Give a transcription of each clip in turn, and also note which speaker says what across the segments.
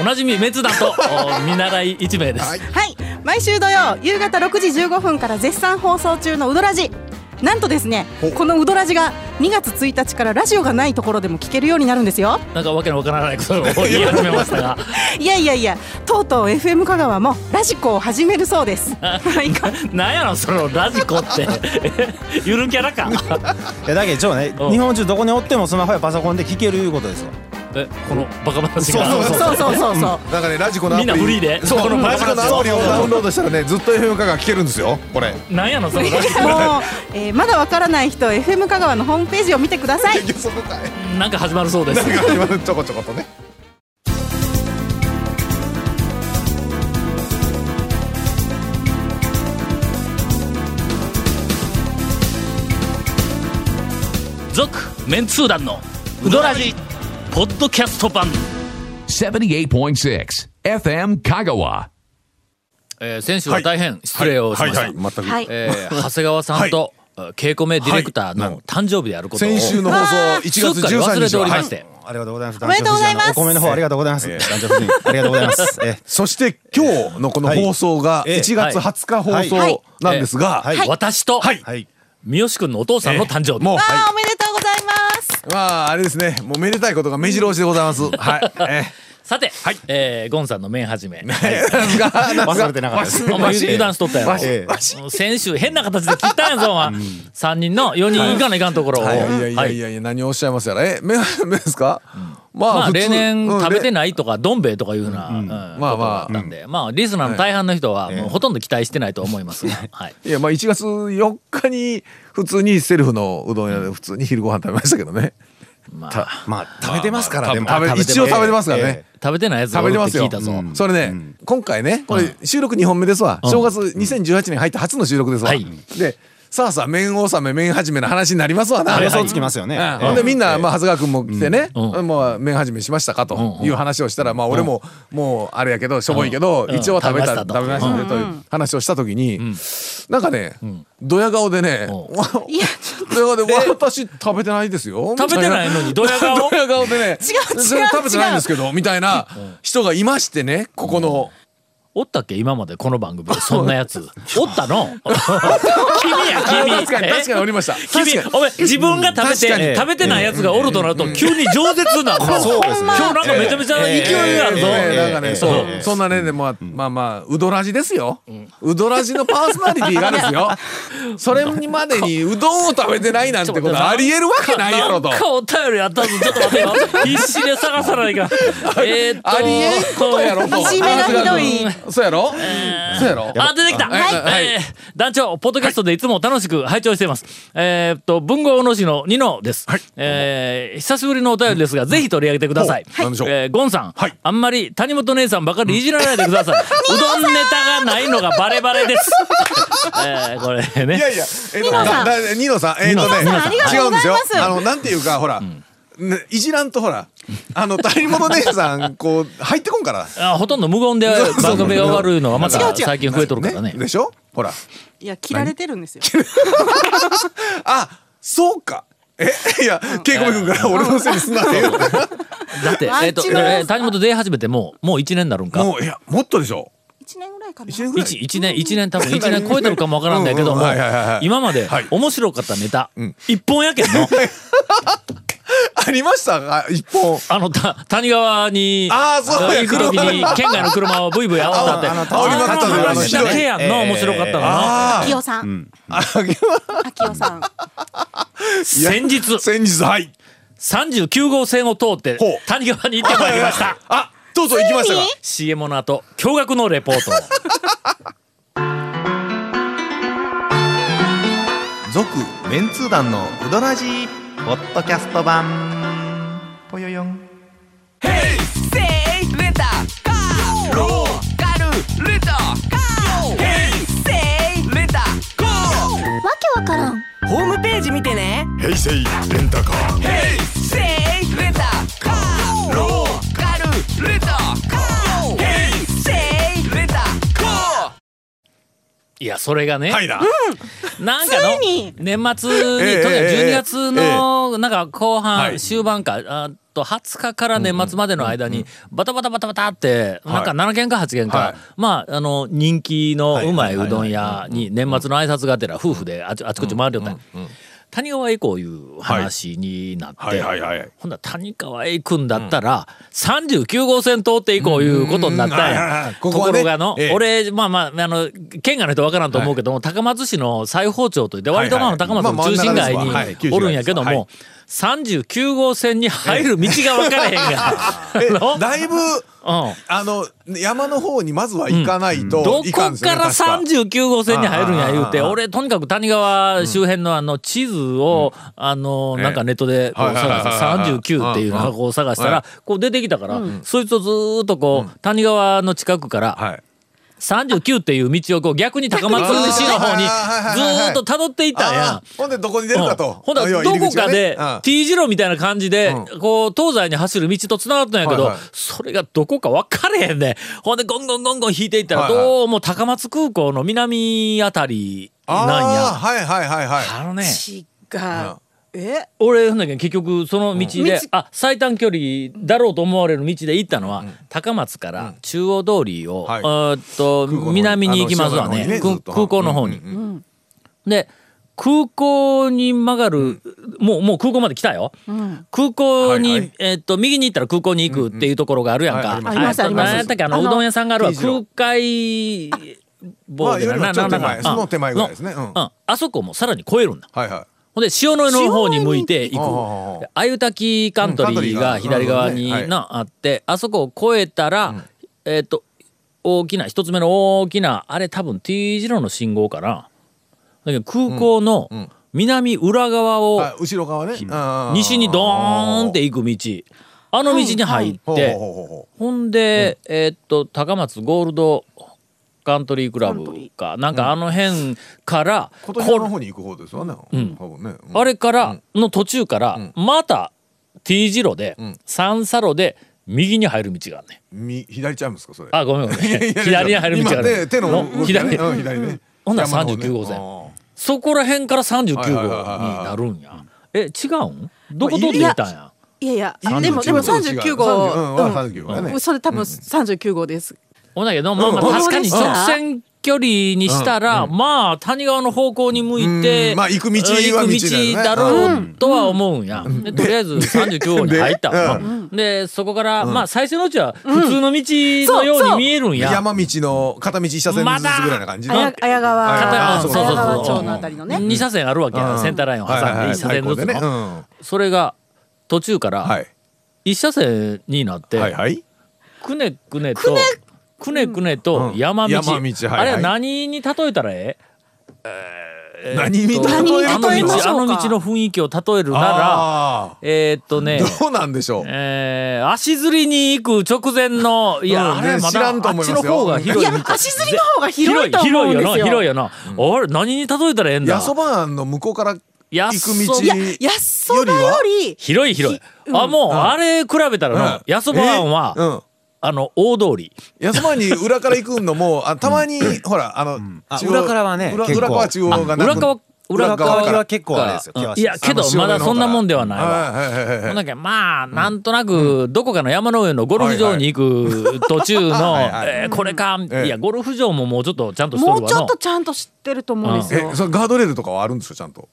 Speaker 1: おなじみメツだ とお見習い一名です、
Speaker 2: はい
Speaker 3: はい毎週土曜夕方6時15分から絶賛放送中のウドラジなんとですね
Speaker 2: ほ
Speaker 3: このウドラジが2月1日からラジオがないところでも聞けるようになるんですよ
Speaker 1: なんかわけのわからないことを言い始めました が
Speaker 3: いやいやいやとうとう FM 香川もラジコを始めるそうですはい
Speaker 1: なんやろそのラジコって ゆるキャラか
Speaker 4: いやだけどちょっとね
Speaker 1: うん
Speaker 4: 日本中どこにおってもスマホやパソコンで聞けるいうことですよ
Speaker 1: えこのバカ話が
Speaker 2: そう
Speaker 3: そう
Speaker 2: そう
Speaker 3: そうそうそう
Speaker 2: なんかねラジコのアプ
Speaker 1: みん
Speaker 2: リ
Speaker 1: なフリーで
Speaker 2: そう
Speaker 1: この
Speaker 2: ラジコのアプリをダウンロードしたらねずっと FM カが聞けるんですよこれ
Speaker 1: なんやのその ラジ
Speaker 3: もう、えーまだわからない人 FM 香川のホームページを見てください
Speaker 2: 結局そこかい
Speaker 1: コなんか始まるそうです
Speaker 2: なんか 今のちょこちょことね
Speaker 1: 続メンツー団のウドラジポッドキャスト版、
Speaker 5: 78.6 FM Kagawa.
Speaker 1: えー、先週は大変失礼をしました、
Speaker 2: はいはい全く
Speaker 3: はい
Speaker 1: えー長谷川さんと、稽古名ディレクター
Speaker 2: はい
Speaker 1: の誕生日であることを、
Speaker 2: 先週の放送1月
Speaker 1: すっかり
Speaker 2: 13
Speaker 1: 忘れて
Speaker 2: 日
Speaker 1: お
Speaker 2: は
Speaker 1: りま
Speaker 2: は
Speaker 1: して、
Speaker 2: い
Speaker 4: ありがとうございます
Speaker 3: おめでとうございます
Speaker 4: お米の方ありがとうございます
Speaker 2: ええ
Speaker 4: 男女夫人ありがとうございますええ
Speaker 2: そして今日のこの放送が
Speaker 4: はい
Speaker 2: 1月20日放
Speaker 4: はい
Speaker 2: 送なんですが
Speaker 4: はい
Speaker 3: はい
Speaker 1: 私と、
Speaker 2: はい
Speaker 4: はい
Speaker 1: 三好君のお父さんの誕生日、
Speaker 2: もう
Speaker 3: わ
Speaker 2: は
Speaker 3: あおめでとうございます
Speaker 2: いまああれですねもうめでたいことが目白押しでございますはいえ
Speaker 1: さて、えーゴンさんの面始 め、
Speaker 4: 忘れてなかったです
Speaker 1: お前油断しとったやろ、
Speaker 4: ええ
Speaker 1: もう先週変な形で切ったんやぞお前、3人の4人いかないかんところを、
Speaker 2: いやいや
Speaker 1: はいい
Speaker 2: やいや何をおっしゃいますやらえめ めですかま
Speaker 1: まあ、例年食べて
Speaker 2: い
Speaker 1: ないとかどん兵衛とかいうふうな、うん
Speaker 2: まあま
Speaker 1: こ
Speaker 2: あ
Speaker 1: とだったんで、まあリスナーの大半の人はもうほとんど期待してないと思いますが、はい、
Speaker 2: いやまあ1月4日に普通にセルフのうどん屋で普通に昼ご飯食べましたけどね
Speaker 1: ま
Speaker 4: た
Speaker 1: あ、
Speaker 4: まあ食べてますからでも
Speaker 2: 食べ一応食べてますからね
Speaker 1: 食べてないやつが
Speaker 2: 食
Speaker 1: おるって
Speaker 2: べます
Speaker 1: て聞
Speaker 2: よ
Speaker 1: いたぞ、
Speaker 2: それね今回ねこれ収録2本目ですわ
Speaker 1: ん
Speaker 2: 正月2018年入って初の収録ですわ
Speaker 1: はい
Speaker 2: でさあさあ麺納め麺始めの話になりますわな
Speaker 4: あ
Speaker 1: い
Speaker 4: 予
Speaker 1: はい
Speaker 4: 想つきますよね
Speaker 2: うんほんでみんな、まあ、長谷川君も来てね、
Speaker 1: う
Speaker 2: もう麺始めしましたかと
Speaker 1: うん
Speaker 2: いう話をしたら、まあ、俺も、もうあれやけどしょぼいけど、
Speaker 1: うん
Speaker 2: 一応食べた、
Speaker 1: うん
Speaker 2: 食べましたねという話をした時に、なんかね、 ドヤ顔でね、
Speaker 1: う
Speaker 3: いや
Speaker 2: ドヤ顔で「私食べてないですよ」
Speaker 1: 食べてないのにドヤ顔
Speaker 2: ドヤ顔でね「
Speaker 3: 違う違う
Speaker 2: それ食べてないんですけど」みたいな人がいましてねここの。
Speaker 1: おったっけ今までこの番組でそんなやつ おったの 君や君
Speaker 2: 確かに確かにおりました。
Speaker 1: 君
Speaker 2: 確かに
Speaker 1: お前自分が食べ
Speaker 2: 確か
Speaker 1: て
Speaker 2: に
Speaker 1: 食べてないやつがおるとなると急に饒舌な の
Speaker 4: そうですね
Speaker 1: 今日なんかめちゃめちゃ勢いがあるぞ、
Speaker 2: ええなんかね、
Speaker 4: ええ
Speaker 2: そう、
Speaker 4: ええ
Speaker 2: そんなね、でも、まあまあ、うどらじですよ。うどらじのパーソナリティがですよ。それにまでに、うどんを食べてないなんてことはありえるわけないやろと
Speaker 1: な。んかお便りあったぞちょっと待ってよ必死で探さないかえーっと
Speaker 2: ありえんことやろと。
Speaker 3: いじめがひどい
Speaker 2: そうやろ。そうやろ。
Speaker 1: あ、出てきた、
Speaker 2: はいはい
Speaker 1: えー団長、ポッドキャストでいつも楽しく拝聴しています。えーっと、文豪の市のニノです。えー久しぶりのお便りですが、ぜひ取り上げてください。
Speaker 2: ほうはいなんでしょう
Speaker 1: えーゴンさん、
Speaker 2: はい
Speaker 1: あんまり谷本姉さんばかりいじらないでください。 うどんネタがないのがバレバレです。えーこれね。
Speaker 2: いやいや、えっと、
Speaker 3: ニノさん
Speaker 2: だだニノさん、えっとね、
Speaker 3: ニノさんありが
Speaker 2: 違
Speaker 3: と
Speaker 2: う
Speaker 3: うんござ
Speaker 2: で
Speaker 3: い
Speaker 2: すよ
Speaker 3: ま。す
Speaker 2: あの、なんていうか、ほら、ねいじらんとほら、あの、谷本姉さん、こう、入ってこんから。
Speaker 1: あほとんど無言で
Speaker 2: そうそう
Speaker 1: 番組が終わるのはま
Speaker 3: 違う違
Speaker 1: た
Speaker 3: う
Speaker 1: 最近増えとるからね。
Speaker 2: でしょほら。
Speaker 3: いや切られてるんですよ
Speaker 2: あ、そうか。え、いや、ケイコメ君から俺のせいにすんなって言
Speaker 1: だ
Speaker 2: う
Speaker 1: って、えーっと、
Speaker 3: あ違う
Speaker 1: えー谷本出始めてもう、もう1年になるんか。
Speaker 2: もう、いや、もっとでしょ。
Speaker 3: 1年ぐらいかな
Speaker 2: 一年ぐらい。
Speaker 1: 一一年一年多分一年超えてるかもわからんだけど
Speaker 2: うんう
Speaker 1: も
Speaker 2: んはいはいはいはい
Speaker 1: 今まで
Speaker 2: はい
Speaker 1: 面白かったネタ一本やけんの
Speaker 2: ありましたか一本。
Speaker 1: あのた谷川に
Speaker 2: あーそうや
Speaker 1: 行く時に県外の車をブイブイ煽ったって
Speaker 4: あのあの
Speaker 2: 煽りまくったの
Speaker 1: あの話だけやんの
Speaker 4: あの
Speaker 1: 面白かったのな
Speaker 2: あ
Speaker 3: 秋代さん秋代さん
Speaker 1: 先日
Speaker 2: あ、先日、はい。
Speaker 1: 39号線を通って
Speaker 2: ほう
Speaker 1: 谷川に行ってまいりました
Speaker 2: あ、とうとう行きましたか。
Speaker 1: CM の後驚愕のレポート
Speaker 6: 続メンツー団のウドラジーポッドキャスト版ぽよよん
Speaker 1: いや、それがね。
Speaker 2: はいだ。
Speaker 1: なんかの
Speaker 3: ついに
Speaker 1: 年末に、
Speaker 2: ええ
Speaker 1: とにかく12
Speaker 2: ええ
Speaker 1: 月の、なんか後半、
Speaker 2: はい
Speaker 1: 終盤か、あと20日から年末までの間に、バタバタバタバタって、なんか
Speaker 2: はい
Speaker 1: 7件か8件か、
Speaker 2: はい
Speaker 1: まあ、あの、人気のうまいうどん屋に、年末の挨拶がてら夫婦であちあちこち回るよったんや谷川栄子いう話になって、
Speaker 2: はいはいはいはい
Speaker 1: ほんなら谷川栄君だったら、39号線通っていこういうことになったん
Speaker 2: うんはいはい
Speaker 1: や
Speaker 2: はい
Speaker 1: と
Speaker 2: ここ
Speaker 1: こ
Speaker 2: はね
Speaker 1: ろがの、
Speaker 2: ええ
Speaker 1: 俺まあまああの県外の人わからんと思うけども、高松市の西方町といって割とまあ
Speaker 2: はいはい
Speaker 1: 高松の中心街
Speaker 2: まあ真ん中ですわ
Speaker 1: に
Speaker 2: はい
Speaker 1: おるんやけども、
Speaker 2: はい
Speaker 1: 39号線に入る道が分からへん
Speaker 2: え
Speaker 1: がの。
Speaker 2: だいぶ
Speaker 1: うん
Speaker 2: あの山の方にまずは行かないと、
Speaker 1: どこ
Speaker 2: いかんですよ
Speaker 1: から
Speaker 2: ね確か
Speaker 1: 39号線に入るんや言うて、
Speaker 2: ああああ
Speaker 1: 俺とにかく谷川周辺のあの地図を、あの、
Speaker 2: ええ
Speaker 1: なんかネットでこう
Speaker 2: はいはいはい
Speaker 1: 探
Speaker 2: は
Speaker 1: し
Speaker 2: い
Speaker 1: た、39っていうのをこう探した
Speaker 2: は
Speaker 1: ら、こう出てきたから、そいつをずーっとこう、谷川の近くから、
Speaker 2: はい
Speaker 1: 39っていう道をこう逆に高松市の方にずーっと辿っていったんや
Speaker 2: あ。ーほんでどこに出る
Speaker 1: うん
Speaker 2: かと、
Speaker 1: ほんだら
Speaker 2: 要は
Speaker 1: ど
Speaker 2: 入り
Speaker 1: こ
Speaker 2: 口が
Speaker 1: か
Speaker 2: ね
Speaker 1: で T 字路みたいな感じで、
Speaker 2: う
Speaker 1: こう東西に走る道と繋がったんやけど、
Speaker 2: はいはい
Speaker 1: それがどこか分かれへんねほんでゴンゴンゴンゴン引いていったら
Speaker 2: はいはい
Speaker 1: どうも高松空港の南あたり
Speaker 2: うん、あ
Speaker 1: なん
Speaker 2: あ
Speaker 1: や。
Speaker 2: はいはいはいはい
Speaker 1: あのね
Speaker 3: 違う。え
Speaker 1: 俺ほんだけ結局その道で、
Speaker 3: うん道
Speaker 1: あ最短距離だろうと思われる道で行ったのは、高松から中央通りを、
Speaker 2: はい
Speaker 1: えーっと
Speaker 2: 空港の方に
Speaker 1: 南に行きますわね
Speaker 2: あの塩原の方
Speaker 1: 空
Speaker 2: にねずっと
Speaker 1: 空港の方に。
Speaker 2: うん
Speaker 1: で空港に曲がる、もうもう空港まで来たよ、
Speaker 3: ん
Speaker 1: 空港に、
Speaker 2: はいはい
Speaker 1: えーっと右に行ったら空港に行くっていうところがあるやんか、
Speaker 2: うんうん
Speaker 3: はいあります
Speaker 1: えーっと
Speaker 3: あります
Speaker 1: 何やったっけあの
Speaker 3: あの
Speaker 1: うどん屋さんがあるわ
Speaker 2: いいじろ
Speaker 1: 空海
Speaker 2: ま
Speaker 1: 坊
Speaker 2: あ
Speaker 1: で
Speaker 2: より
Speaker 1: な
Speaker 2: もちょっと手
Speaker 1: な
Speaker 2: 前
Speaker 1: な
Speaker 2: そ
Speaker 1: な
Speaker 2: の手前ぐらいですねう
Speaker 1: う
Speaker 2: ん
Speaker 1: んあそこもさらに超えるんだ
Speaker 2: はいは
Speaker 1: ほんで塩の上の方に向いていく
Speaker 2: 塩の上に
Speaker 1: であゆたきカントリーが
Speaker 2: うんカントリーが
Speaker 1: 左側に
Speaker 2: うん
Speaker 1: なあってあそこを越えたら、えっ、と大きな一つ目の大きなあれ多分 T 字路の信号かなだけど空港の
Speaker 2: んうん
Speaker 1: 南裏側を
Speaker 2: いあ後ろ側ね
Speaker 1: 西にドーンって
Speaker 2: 行
Speaker 1: 行
Speaker 2: っ
Speaker 1: く道あの道に入って
Speaker 2: ほうほうほうほ
Speaker 1: ほんで、えーっと高松ゴールドカントリークラ
Speaker 3: カントリ
Speaker 1: ブかなんかあの辺から、
Speaker 2: う琴島の方に行く方ですわね、うん、多分ね、うん
Speaker 1: あれからの途中からまた T 字路で
Speaker 2: ん
Speaker 1: 三差路で右に入る道があるねん
Speaker 2: み左ちゃいますか それ
Speaker 1: あごめんごめん左に入る道がある
Speaker 2: 今手手の動きが
Speaker 1: 左
Speaker 2: ね
Speaker 1: に
Speaker 2: うん左ね
Speaker 1: ほんなら
Speaker 2: 山の方ね
Speaker 1: 39号線
Speaker 2: うん
Speaker 1: そこら辺から39
Speaker 2: はいはいはい
Speaker 1: 号
Speaker 2: はい
Speaker 1: になるんやえ違うんどこ通っていたんや
Speaker 3: いやいや、でもでも三十九
Speaker 2: 39うん
Speaker 3: 号、
Speaker 2: 39号だね
Speaker 3: うんそれ多分三十九号です。
Speaker 1: ほんだけど、まあ、まあ確かに直線距離にしたら、まあ谷川の方向に向いて、
Speaker 2: うんまあ行く道は
Speaker 1: 行く道だろうとは思うんや、でとりあえず39号に入ったわ
Speaker 2: で
Speaker 1: なでそこから、まあ最初のうちは普通の道のように見えるんや、
Speaker 2: 山道の片道一車線ずつぐらいな感じ
Speaker 3: あや綾川
Speaker 2: 片
Speaker 1: 側
Speaker 3: 綾
Speaker 1: そうそうそう
Speaker 3: 川町のあたりのね。
Speaker 1: 2車線あるわけや、
Speaker 2: うん
Speaker 1: センターラインを挟んで1車線ずつの、
Speaker 2: ねうん
Speaker 1: それが途中から
Speaker 2: はい
Speaker 1: 1車線になって、
Speaker 2: はいはい
Speaker 1: くねくねとくねくねと山道,、
Speaker 2: うん山道はいはい
Speaker 1: あれは何に例えたらええ
Speaker 2: 何に例える
Speaker 1: あ
Speaker 3: 何に例え
Speaker 1: の道
Speaker 3: ましょうか
Speaker 1: あの道の雰囲気を例えるなら
Speaker 2: あ
Speaker 1: えーっとね
Speaker 2: ーどうなんでしょう
Speaker 1: えー足摺りに行く直前のいや、
Speaker 2: うん
Speaker 1: あれま
Speaker 2: 知
Speaker 1: だあ
Speaker 2: ら
Speaker 1: っ
Speaker 2: んと思い
Speaker 1: ち
Speaker 2: ま
Speaker 1: の
Speaker 2: すよ
Speaker 1: 方が広
Speaker 3: い
Speaker 1: い
Speaker 3: や
Speaker 1: みたい
Speaker 3: 足摺りの方が広いと思うん
Speaker 1: 広い
Speaker 3: で
Speaker 1: よ
Speaker 3: す
Speaker 1: な
Speaker 3: よ。
Speaker 1: 広いよな、あれ何に例えたらええんだ
Speaker 2: やそば庵の向こうから行
Speaker 1: や
Speaker 2: く道
Speaker 1: いや
Speaker 3: いや、やっそばより、
Speaker 1: 広い広い、あもう、あれ比べたらの、やそば庵は、
Speaker 2: うん
Speaker 1: あの大通り
Speaker 2: やそばに裏から行くのもあたまにほらあの
Speaker 4: あ
Speaker 2: 中央
Speaker 4: 裏からはね
Speaker 2: 裏
Speaker 4: 結構
Speaker 2: 裏川中央がなく
Speaker 1: 裏側裏側
Speaker 4: 裏側
Speaker 1: か
Speaker 4: からら結構あれですよ険し
Speaker 1: い
Speaker 4: い
Speaker 1: やけど
Speaker 2: あの
Speaker 1: まだそんなもんではないわ、
Speaker 2: はいはいはい
Speaker 1: ほん
Speaker 2: はい
Speaker 1: だけまあなんとなくどこかの山の上のゴルフ場に行く途中の
Speaker 2: はいはい
Speaker 1: えーこれか
Speaker 2: ええ
Speaker 1: いやゴルフ場ももうちょっとちゃんとしと
Speaker 3: も
Speaker 1: る
Speaker 3: う
Speaker 1: わ
Speaker 3: ちょっ
Speaker 1: の
Speaker 3: とちゃんと知ってると思うんですよ
Speaker 2: え。それガードレールとかはあるんですよちゃんと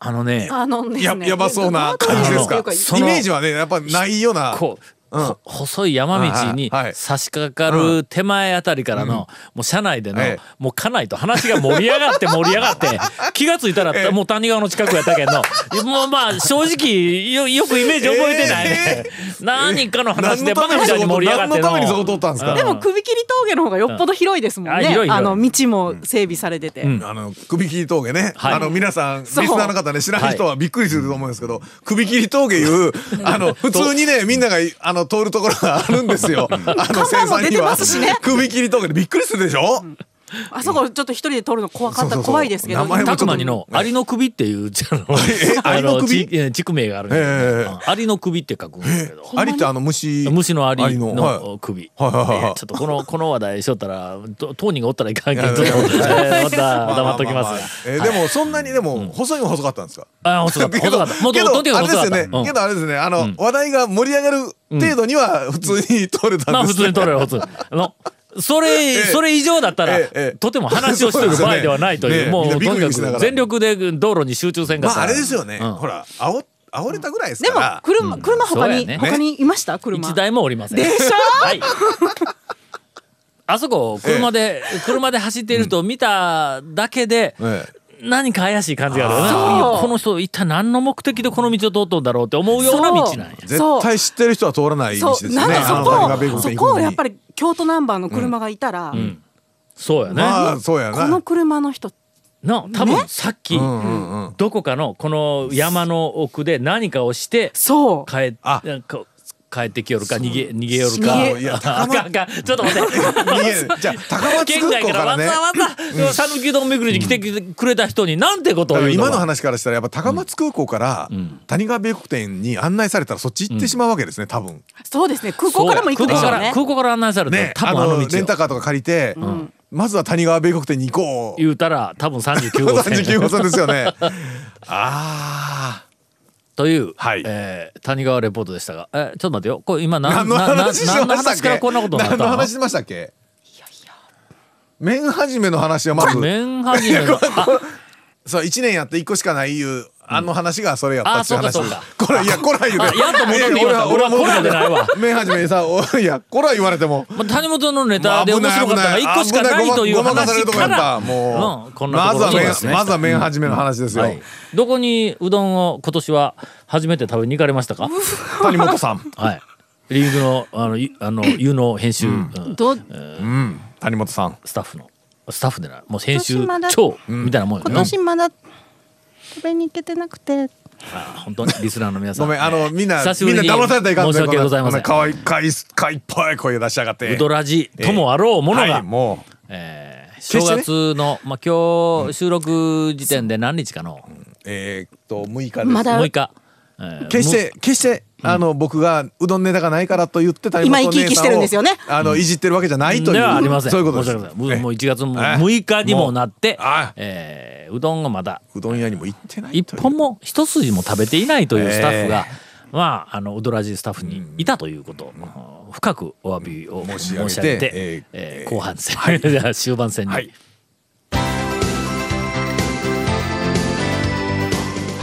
Speaker 1: あのね
Speaker 3: あのです
Speaker 2: や
Speaker 3: ね。
Speaker 2: やばそうな感じですか
Speaker 3: よくよく
Speaker 1: その
Speaker 2: イメージはねやっぱないような
Speaker 1: こう、ほ細い山道に
Speaker 2: はいはい
Speaker 1: 差し掛かる手前あたりからの、もう車内での、
Speaker 2: ええ
Speaker 1: もう家内と話が盛り上がって盛り上がって 気がついたら、
Speaker 2: ええ
Speaker 1: もう谷川の近くやったけんのもうまあ正直よよくイメージ覚えてないね、何かの話でバカみたいに盛り上がって
Speaker 2: 何のためにそこ
Speaker 1: の
Speaker 2: 通ったんです
Speaker 1: う
Speaker 2: か
Speaker 1: ん
Speaker 3: でも首切り峠の方がよっぽど広いですもん
Speaker 1: あ
Speaker 3: ね。
Speaker 1: 広い広い
Speaker 3: あの道も整備されてて。
Speaker 1: ん
Speaker 2: あの首切り峠ね、
Speaker 1: はい
Speaker 2: あの皆さんリス
Speaker 3: そう
Speaker 2: ナーの方ね知らない人はびっくりすると思うんですけど、首切り峠いう あの普通にねみんながあの通るところがあるんですよ。あの
Speaker 3: 看板も出てますしね
Speaker 2: 生産には首切り峠でびっくりするでしょ。
Speaker 3: あそこちょっと一人で撮るの怖かった怖いですけど
Speaker 2: 名前も
Speaker 1: たくまにの「アリの首」っていうじゃのあ
Speaker 2: アリの
Speaker 1: の
Speaker 2: 首
Speaker 1: 地え地区名があるんだ
Speaker 2: え
Speaker 1: け
Speaker 2: え
Speaker 1: どうんアリの首って書くんですけど。
Speaker 2: アリってあの虫
Speaker 1: 虫のアリ
Speaker 2: のは
Speaker 1: の首。
Speaker 2: はいはいはい
Speaker 1: えーちょっとこ の、この話題しよったら、と当人がおったらいかんけ
Speaker 2: いや
Speaker 1: ど、ちょっと
Speaker 2: いや
Speaker 1: えー
Speaker 2: い
Speaker 1: ま た黙っときますが。
Speaker 2: えーでもそんなにでも細いも細かったんですか
Speaker 1: あ、 細かった。
Speaker 2: け
Speaker 1: 細
Speaker 2: ど
Speaker 1: かった。もっと、
Speaker 2: け
Speaker 1: とに
Speaker 2: ど
Speaker 1: か
Speaker 2: あ
Speaker 1: く
Speaker 2: れです
Speaker 1: 細か
Speaker 2: よ
Speaker 1: った。
Speaker 2: ね
Speaker 1: うん
Speaker 2: けどあれですねあの話題が盛り上がる程度には普通に取れた
Speaker 1: まあ
Speaker 2: んで
Speaker 1: 普
Speaker 2: す
Speaker 1: 通
Speaker 2: ね
Speaker 1: に取れる普通にあのそれ、
Speaker 2: え
Speaker 1: それ以上だったら、
Speaker 2: ええええ
Speaker 1: とても話をしとる場合ではないという、
Speaker 2: そう
Speaker 1: もう
Speaker 2: ですよねねえみん
Speaker 1: と
Speaker 2: なビクビクしな
Speaker 1: に
Speaker 2: が
Speaker 1: からく全力で道路に集中せんかっ
Speaker 2: ま
Speaker 1: た
Speaker 2: ああ
Speaker 1: ら
Speaker 2: れですよね
Speaker 1: うん
Speaker 2: ほらあおれたぐらいです
Speaker 3: で
Speaker 2: か
Speaker 3: も
Speaker 2: ら
Speaker 3: 車車
Speaker 1: そう
Speaker 3: 他
Speaker 1: や
Speaker 3: に、
Speaker 1: ね
Speaker 3: 他にいました車
Speaker 1: 一台もおりません
Speaker 3: でしょ
Speaker 1: はいあそこ車で、車で走っている人を見ただけで、
Speaker 2: ええ
Speaker 1: 何か怪しい感じがあるよね
Speaker 3: そう
Speaker 1: いやこの人一体何の目的でこの道を通ったんだろうって思うような道なんや
Speaker 3: そう
Speaker 2: 絶対知ってる人は通らない道
Speaker 3: そ
Speaker 2: で
Speaker 3: う
Speaker 2: すよね
Speaker 3: なん
Speaker 2: あの大河米
Speaker 3: か
Speaker 2: 軍
Speaker 3: そこそ
Speaker 2: 戦行くの
Speaker 3: こを
Speaker 2: に
Speaker 3: やっぱり京都ナンバーの車がいたら、
Speaker 1: そうやね、
Speaker 2: まあそうや
Speaker 3: こ
Speaker 2: な
Speaker 3: の車の人
Speaker 1: な多分さっき、
Speaker 2: うんうんうん
Speaker 1: どこかのこの山の奥で何かをして
Speaker 3: そう
Speaker 1: 帰っ
Speaker 2: あ
Speaker 1: なんか帰ってきよるか逃げ逃げよるか
Speaker 3: 逃
Speaker 2: げいや
Speaker 1: ああかんあかんちょっと待って
Speaker 2: 逃げるじゃあ高松
Speaker 1: 県
Speaker 2: 空
Speaker 1: 外
Speaker 2: 港
Speaker 1: か
Speaker 2: からら
Speaker 1: わざ
Speaker 2: ね
Speaker 1: わざ讃岐うどん巡りに来てくれた人になんてことを
Speaker 2: だか
Speaker 1: 言
Speaker 2: ら
Speaker 1: うの
Speaker 2: 今の
Speaker 1: か
Speaker 2: 話からしたらやっぱ高松空港から谷川米国店に案内されたらそっち行ってしまうわけですね多分
Speaker 3: そうですね空港からも行くでしょ
Speaker 1: そうや空港から
Speaker 3: ね
Speaker 1: 空港から案内されたら
Speaker 2: ね
Speaker 1: 多分あの道
Speaker 2: レンタ
Speaker 1: よ
Speaker 2: カーとか借りてまずは谷川米国店に行こう
Speaker 1: 言うたら多分39号 線
Speaker 2: 39号線ですよ ねああ
Speaker 1: という、
Speaker 2: はい
Speaker 1: えー谷川レポートでしたが、えーちょっと待ってよこれ今
Speaker 2: 何
Speaker 1: 何
Speaker 2: の話しま
Speaker 1: 何の
Speaker 2: したっ
Speaker 1: 話から
Speaker 2: け
Speaker 1: こんなことになった
Speaker 2: 何
Speaker 1: の
Speaker 2: の話しましたっけ面始めの話はまず
Speaker 1: 麺始めの
Speaker 2: そう1年やって1個しかないいうあの話がそれやったっていう
Speaker 1: あ
Speaker 2: 話
Speaker 1: そうか
Speaker 2: これいやこら言う
Speaker 1: あ
Speaker 2: て
Speaker 1: やっと戻ってきました
Speaker 2: いや
Speaker 1: 俺
Speaker 2: 俺は
Speaker 1: はこらでないわ
Speaker 2: 麺始めさおいやこら言われても
Speaker 1: まあ、谷本のネタで面白かったのが一個しかないという話から、
Speaker 2: も
Speaker 1: うん
Speaker 2: う
Speaker 1: こんなところに
Speaker 2: まずは麺まずは麺始めの話ですよ、
Speaker 1: はいどこにうどんを今年は初めて食べに行かれましたか
Speaker 2: 谷本さん
Speaker 1: はい。リーグの、あの、いあの、有能編集、うん
Speaker 3: ど
Speaker 2: うん谷本さん
Speaker 1: スタッフの、スタッフでない、もう編集
Speaker 3: 今年まだ
Speaker 1: 長みたいなもんよ
Speaker 3: 今
Speaker 1: ね。
Speaker 3: 年まだ食べに行けてなくて
Speaker 1: あ本当に、リスナーの皆さん。
Speaker 2: ごめんあのみんな
Speaker 1: 久しぶ
Speaker 2: みん
Speaker 1: り
Speaker 2: な
Speaker 1: に
Speaker 2: 騙されたらいかん
Speaker 1: 申し訳ございません
Speaker 2: かわいかいかいっぱい声出しやがって
Speaker 1: ウドラジともあろうもの
Speaker 2: は
Speaker 1: が
Speaker 2: い、もう
Speaker 1: えー
Speaker 2: 決
Speaker 1: 正
Speaker 2: してね
Speaker 1: 月の、まあ、今日収録時点で何日かの、
Speaker 2: えーっと6日です、
Speaker 3: まだ
Speaker 1: 6日。えー
Speaker 2: 決して決してあの僕がうどんネタがないからと言って谷本
Speaker 3: 今生き生きしてるんですよね
Speaker 2: 姉さをあのいじってるわけじゃないという
Speaker 1: ではありません。
Speaker 2: そういうことです
Speaker 1: 申し訳ございませんもうもう
Speaker 2: え
Speaker 1: 1月も
Speaker 2: え
Speaker 1: 6日にもなって
Speaker 2: もうあ、
Speaker 1: えーうどんがまだ
Speaker 2: うどん屋にも行ってないと
Speaker 1: 一
Speaker 2: いう
Speaker 1: 本も一筋も食べていないというスタッフが、
Speaker 2: え
Speaker 1: まああのウドラジスタッフにいたということを、あー深くお詫びを申し
Speaker 2: し
Speaker 1: 上げ
Speaker 2: 上げて
Speaker 1: て、え
Speaker 2: えー
Speaker 1: ー後半戦、じゃあ 終盤戦に、
Speaker 2: はい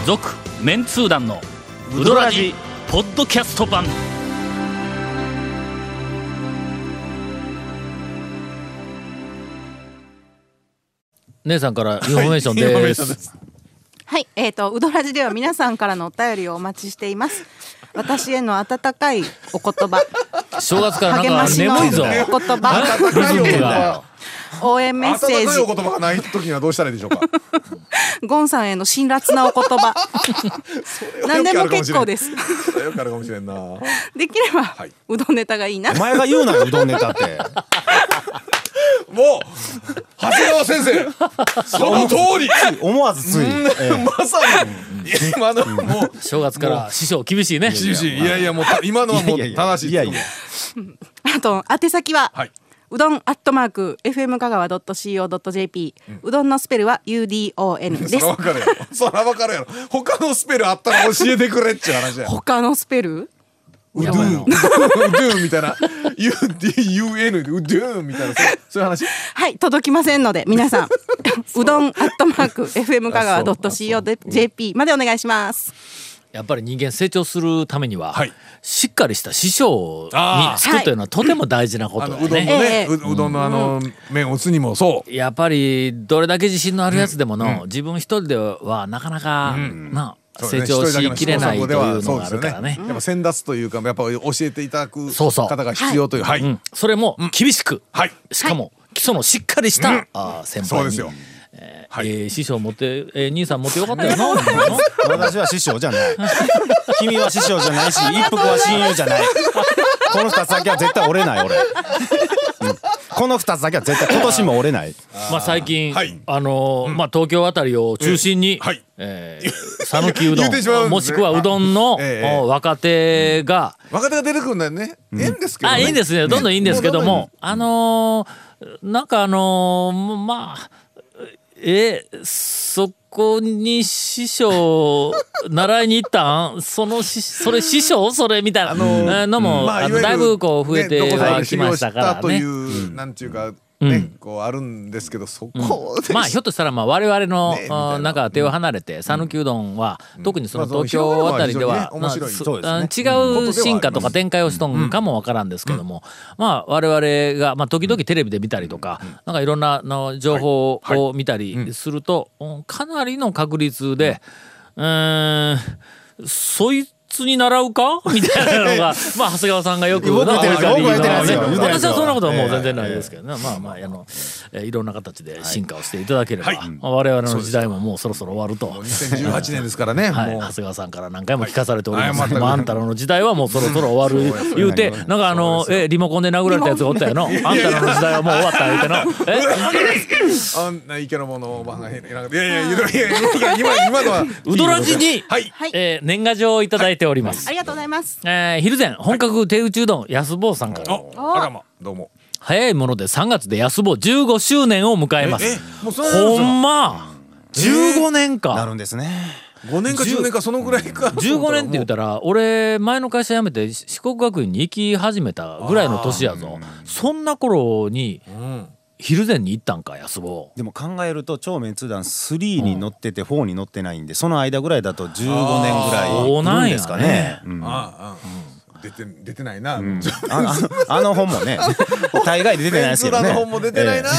Speaker 1: 続メンツー団のウドラジポッドキャスト版姉さんからインフォメーション
Speaker 2: インフォメ
Speaker 1: で
Speaker 2: ーション
Speaker 1: す
Speaker 2: で。
Speaker 3: はい、えっ、と、うどらじでは皆さんからのお便りをお待ちしています。私への温かいお言 葉、
Speaker 1: 正月から
Speaker 3: 励
Speaker 1: な
Speaker 3: ま
Speaker 1: んか
Speaker 3: しのお
Speaker 1: 眠い
Speaker 3: 言
Speaker 1: ぞ。
Speaker 3: 葉、
Speaker 2: 温かいお
Speaker 1: リズ
Speaker 2: 言
Speaker 1: ムが
Speaker 2: 葉
Speaker 3: 応援メッ
Speaker 2: 温
Speaker 3: セ
Speaker 2: かいお
Speaker 3: ー
Speaker 2: 言葉がない時にはどうしたらいいでしょうか
Speaker 3: ジ、ゴンさんへの辛辣なお言 葉、何でも結構です。
Speaker 2: それよくあるかもしれんな
Speaker 3: できれば、
Speaker 2: いう
Speaker 3: どんネタがいいな
Speaker 4: お。前が言うなようどんネタって
Speaker 2: もう長谷川先生その通 り
Speaker 4: 思わずつい、ええ
Speaker 2: まさに今のもう
Speaker 1: 正月から師匠厳しいね。
Speaker 2: 厳しいいやいやもうた今のはもう正しい
Speaker 4: いやいや
Speaker 3: あと、宛先は、
Speaker 2: はいう
Speaker 3: どんアットマーク FM 香川 .co.jp、うどんのスペルは UDON
Speaker 2: そ
Speaker 3: で
Speaker 2: ら
Speaker 3: す
Speaker 2: わかるやろそらわかるやろ他のスペルあったら教えてくれっちゅう話や
Speaker 3: 他のスペル
Speaker 2: うどんうどんみたいな UDUN でうどんみたいなそうそういう話
Speaker 3: はい、届きませんので、皆 さん、うどんアットマーク FM 香川 .co.jp までお願いします。
Speaker 1: やっぱり人間成長するためには、
Speaker 2: はい
Speaker 1: しっかりした師匠
Speaker 2: あ
Speaker 1: につくというのはとても大事なこ
Speaker 2: あ
Speaker 1: とだ
Speaker 2: のうどんの
Speaker 1: ね。
Speaker 2: ね、
Speaker 3: ええ
Speaker 2: ううどんのあの麺おつにもそう
Speaker 1: やっぱりどれだけ自信のあるやつでもの、自分一人ではなかなか、な
Speaker 2: そう
Speaker 1: 成
Speaker 2: ね
Speaker 1: 長
Speaker 2: 一人だけ
Speaker 1: し
Speaker 2: の
Speaker 1: きれないと
Speaker 2: 試行錯誤
Speaker 1: いう
Speaker 2: では
Speaker 1: の
Speaker 2: そう
Speaker 1: が
Speaker 2: で
Speaker 1: あ
Speaker 2: すよ
Speaker 1: るからね。
Speaker 2: やっぱ先達というかやっぱ教えていただく
Speaker 1: そうそう
Speaker 2: 方が必要というはい、
Speaker 1: うんそれも厳しく、
Speaker 2: はい
Speaker 1: しかも基礎のしっかりした、あー先輩に
Speaker 2: そうですよはい
Speaker 1: えー師匠持って、えー兄さん持ってよかったよな。 ほんまな
Speaker 4: 私は師匠じゃない君は師匠じゃないし一服は親友じゃないこの二つだけは絶対折れない俺、うんこの2つだけは絶対今年も折れない
Speaker 1: まあ最近、
Speaker 2: はい
Speaker 1: あのーまあ東京あたりを中心に、
Speaker 2: えはい
Speaker 1: えー讃岐うど
Speaker 2: 言うてしまう
Speaker 1: ん
Speaker 2: んですね
Speaker 1: もしくはうどんの、
Speaker 2: ええ
Speaker 1: お若手が、
Speaker 2: 若手が出てくるんだよね。いいんですけど
Speaker 1: あ
Speaker 2: ね。
Speaker 1: いいんですねどんどんいいんですけども、あのーなんかあのーもうまあえそこに師匠習いに行ったん そのしそれ師匠それみたいなののも、
Speaker 2: まあ
Speaker 1: あ
Speaker 2: い
Speaker 1: の
Speaker 2: わゆる
Speaker 1: だいぶこう増えて
Speaker 2: ねどこか
Speaker 1: は
Speaker 2: で
Speaker 1: き
Speaker 2: 修
Speaker 1: ま
Speaker 2: 行
Speaker 1: し
Speaker 2: したた
Speaker 1: から
Speaker 2: とい
Speaker 1: ね。
Speaker 2: うなんていうか
Speaker 1: う
Speaker 2: ね
Speaker 1: ん
Speaker 2: こうあるんですけどそこで
Speaker 1: まあひょっとしたらまあ我々の、
Speaker 2: ねえみたいな
Speaker 1: あーなんか手を離れて讃岐うどんは、特にその
Speaker 2: まあその
Speaker 1: 東京あたりで
Speaker 2: 広
Speaker 1: は
Speaker 2: が、りは非常にね面白い
Speaker 1: まあそ
Speaker 4: そうですね
Speaker 1: あー違う進化とか展開をしとんかもわからんですけども、まあ我々が、まあ、時々テレビで見たりとか、なんかいろんなあの情報を見たりすると、うんかなりの確率で、うーんそいつに習うかみたいなのがまあ長谷川さんがよく
Speaker 4: 僕言ってないですよ
Speaker 1: お怒り
Speaker 4: 僕言ってないですよ
Speaker 1: のね
Speaker 4: 言ってないで
Speaker 1: 私
Speaker 4: すよ
Speaker 1: はそんなことはもう全然ないですけどね、まあまああの、えーいろんな形で進化をしていただければ、まあ我々の時代ももうそろそろ終わると。
Speaker 2: 2018年ですからね。
Speaker 1: はい、
Speaker 2: も
Speaker 1: 長谷
Speaker 2: う
Speaker 1: 川さんから何回も聞かされております、
Speaker 2: はいはい
Speaker 1: もうあんたらの時代はもうそろそろ終わる言うてなんかあのえリモコンで殴られたやつがおったやのあんたらの時代はもう終わった言うて のえ
Speaker 2: あんな池のものをばんがいなくていやいやいやいやいや今今のは
Speaker 1: ウドラジに、
Speaker 2: はい
Speaker 3: はい
Speaker 1: えー年賀状をいただいております、
Speaker 3: ありがとうございます。
Speaker 1: えー、昼前本格手打ちうどん安坊さんから
Speaker 2: ああらまどうも
Speaker 1: 早いもので3月で安坊15周年を迎えます
Speaker 2: えもうそれ
Speaker 1: ほんま15年
Speaker 4: な
Speaker 1: か
Speaker 4: るんですね
Speaker 2: 5年か10年かそのぐらいか
Speaker 1: 15年って言ったら俺前の会社辞めて四国学院に行き始めたぐらいの年やぞそんな頃に昼前に行ったんか安坊
Speaker 4: でも考えると超メンツー団3に乗ってて4に乗ってないんでその間ぐらいだと15年ぐらい
Speaker 1: そうなんやね
Speaker 4: いるんですかねうんあ
Speaker 2: あああ出て出てないな、
Speaker 4: あのあの本もね大概で出てないですけどね
Speaker 2: の本も出てないな、
Speaker 4: え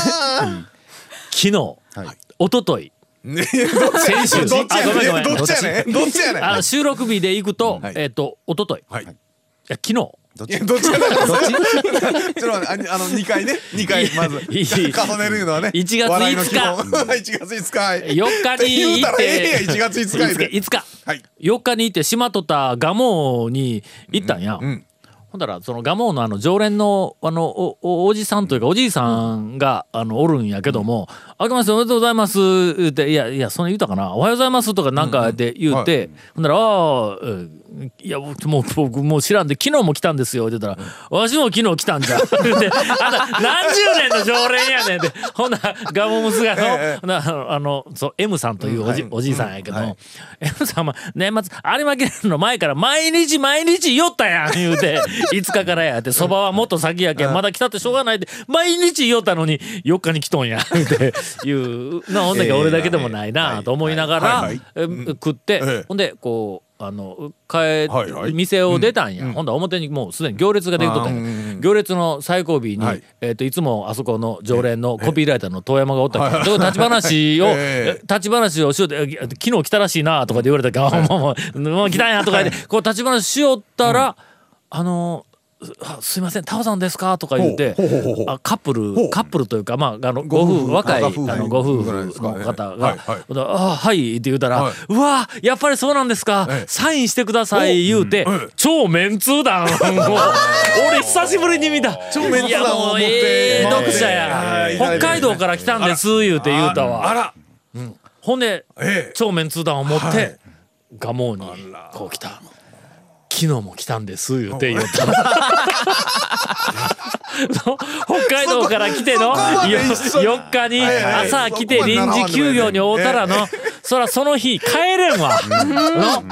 Speaker 1: 昨日、
Speaker 4: はい
Speaker 1: 一昨日
Speaker 2: ねどっちや
Speaker 1: 先週
Speaker 2: ねんどっちや
Speaker 1: あご
Speaker 2: ね
Speaker 1: め
Speaker 2: ん
Speaker 1: んごめん
Speaker 2: どっちやねんどっちやねん
Speaker 1: あの収録日で行くと、
Speaker 2: はい
Speaker 1: えっ、と一昨日い
Speaker 2: はい
Speaker 1: や昨日
Speaker 2: いやどっちやねんどっちちょっと待ってああの二回ね二回まず
Speaker 1: いい
Speaker 2: 重ねるのはね
Speaker 1: 1月
Speaker 2: 笑いの
Speaker 1: 5
Speaker 2: 基
Speaker 1: 日
Speaker 2: 本 一月五日はい
Speaker 1: 4日に行っ
Speaker 2: ってて言うたらええやん1月5日で
Speaker 1: 5日
Speaker 2: はい
Speaker 1: 4日に行って島とた蒲生に行ったんや、
Speaker 2: うん
Speaker 1: ほんだらその蒲生のあの常連のあのおおおじさんというかおじいさんがあのおるんやけども「あけましておめでとうございます」言うて「いやいやそれ言うたかなおはようございます」とかなんかで言うて、ほんだら「ああうんいやもうもう僕もう知らんで昨日も来たんですよ」って言ったら「わしも昨日来たんじゃ」言うて「あんた何十年の常連やねん」ってほんなら蒲生娘がの、ほんならあのあのそう M さんというおじ,、おじいさんやけど、M さんは年末有馬記念の前から毎日毎日酔ったやん言う て5日からやってそばはもっと先やけんまだ来たってしょうがないで毎日酔ったのに4日に来とんやっていうなほんだけ俺だけでもないなと思いながら
Speaker 2: はいはい
Speaker 1: え食って
Speaker 2: ええ
Speaker 1: ほんでこう。あの帰
Speaker 2: はいはい
Speaker 1: 店を出たんや、ほんだら表にもうすでに行列ができとったんや
Speaker 2: あーうんうん
Speaker 1: 行列の最後尾に、
Speaker 2: はい
Speaker 1: いえー、といつもあそこの常連のコピーライターの遠山がおったから、そこで立ち話を、
Speaker 2: ええ
Speaker 1: 立ち話をしようってえー昨日来たらしいなとかで言われたから、もうもうもう来たんやとか言ってこう立ち話しよったら、あのすあすいませんタオさんですか?」とか言って
Speaker 2: ほうほうほうほう
Speaker 1: あカップ
Speaker 2: ほう
Speaker 1: ルカップルというか、まあ、あの
Speaker 2: ご
Speaker 1: ご
Speaker 2: 夫婦
Speaker 1: 夫婦若い
Speaker 2: ご
Speaker 1: ご
Speaker 2: 夫婦
Speaker 1: あのご夫
Speaker 2: ぐらいです
Speaker 1: 婦
Speaker 2: か
Speaker 1: の方
Speaker 2: は
Speaker 1: が
Speaker 2: いはい
Speaker 1: 「ほんだらあはい」って言うたら「
Speaker 2: はいう
Speaker 1: わやっぱりそうなんですか、
Speaker 2: ええ
Speaker 1: サインしてください」言うて、
Speaker 2: おうんええ
Speaker 1: 超メンツー団を 俺久しぶりに見た
Speaker 2: 超メンツー団を持って
Speaker 1: いやもうええ
Speaker 2: 回って
Speaker 1: 読者
Speaker 2: は
Speaker 1: や
Speaker 2: い
Speaker 1: 北海道から来たんです言うて言うた
Speaker 2: あ
Speaker 1: わ
Speaker 2: ら
Speaker 1: ほんで
Speaker 2: ええ
Speaker 1: 超メンツー団を持っ
Speaker 2: はい
Speaker 1: て蒲生にこう来た昨日も来たんです言うて言うたそう 北海道から来ての
Speaker 2: そこそこまで一緒
Speaker 1: 4日に
Speaker 2: はいはい
Speaker 1: 朝来て
Speaker 2: そこまで
Speaker 1: 臨
Speaker 2: 習わんでも
Speaker 1: 時休業に会うたら
Speaker 2: え
Speaker 1: のそらその日帰れんわの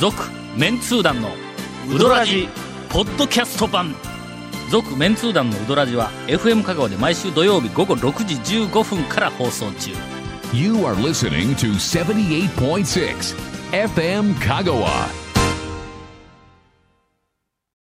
Speaker 1: 続メンツー団のウドラジポッドキャスト版続メンツー団のウドラジは FM 香川で毎週土曜日午後6時15分から放送中
Speaker 5: You are listening to 78.6 FM Kagawa.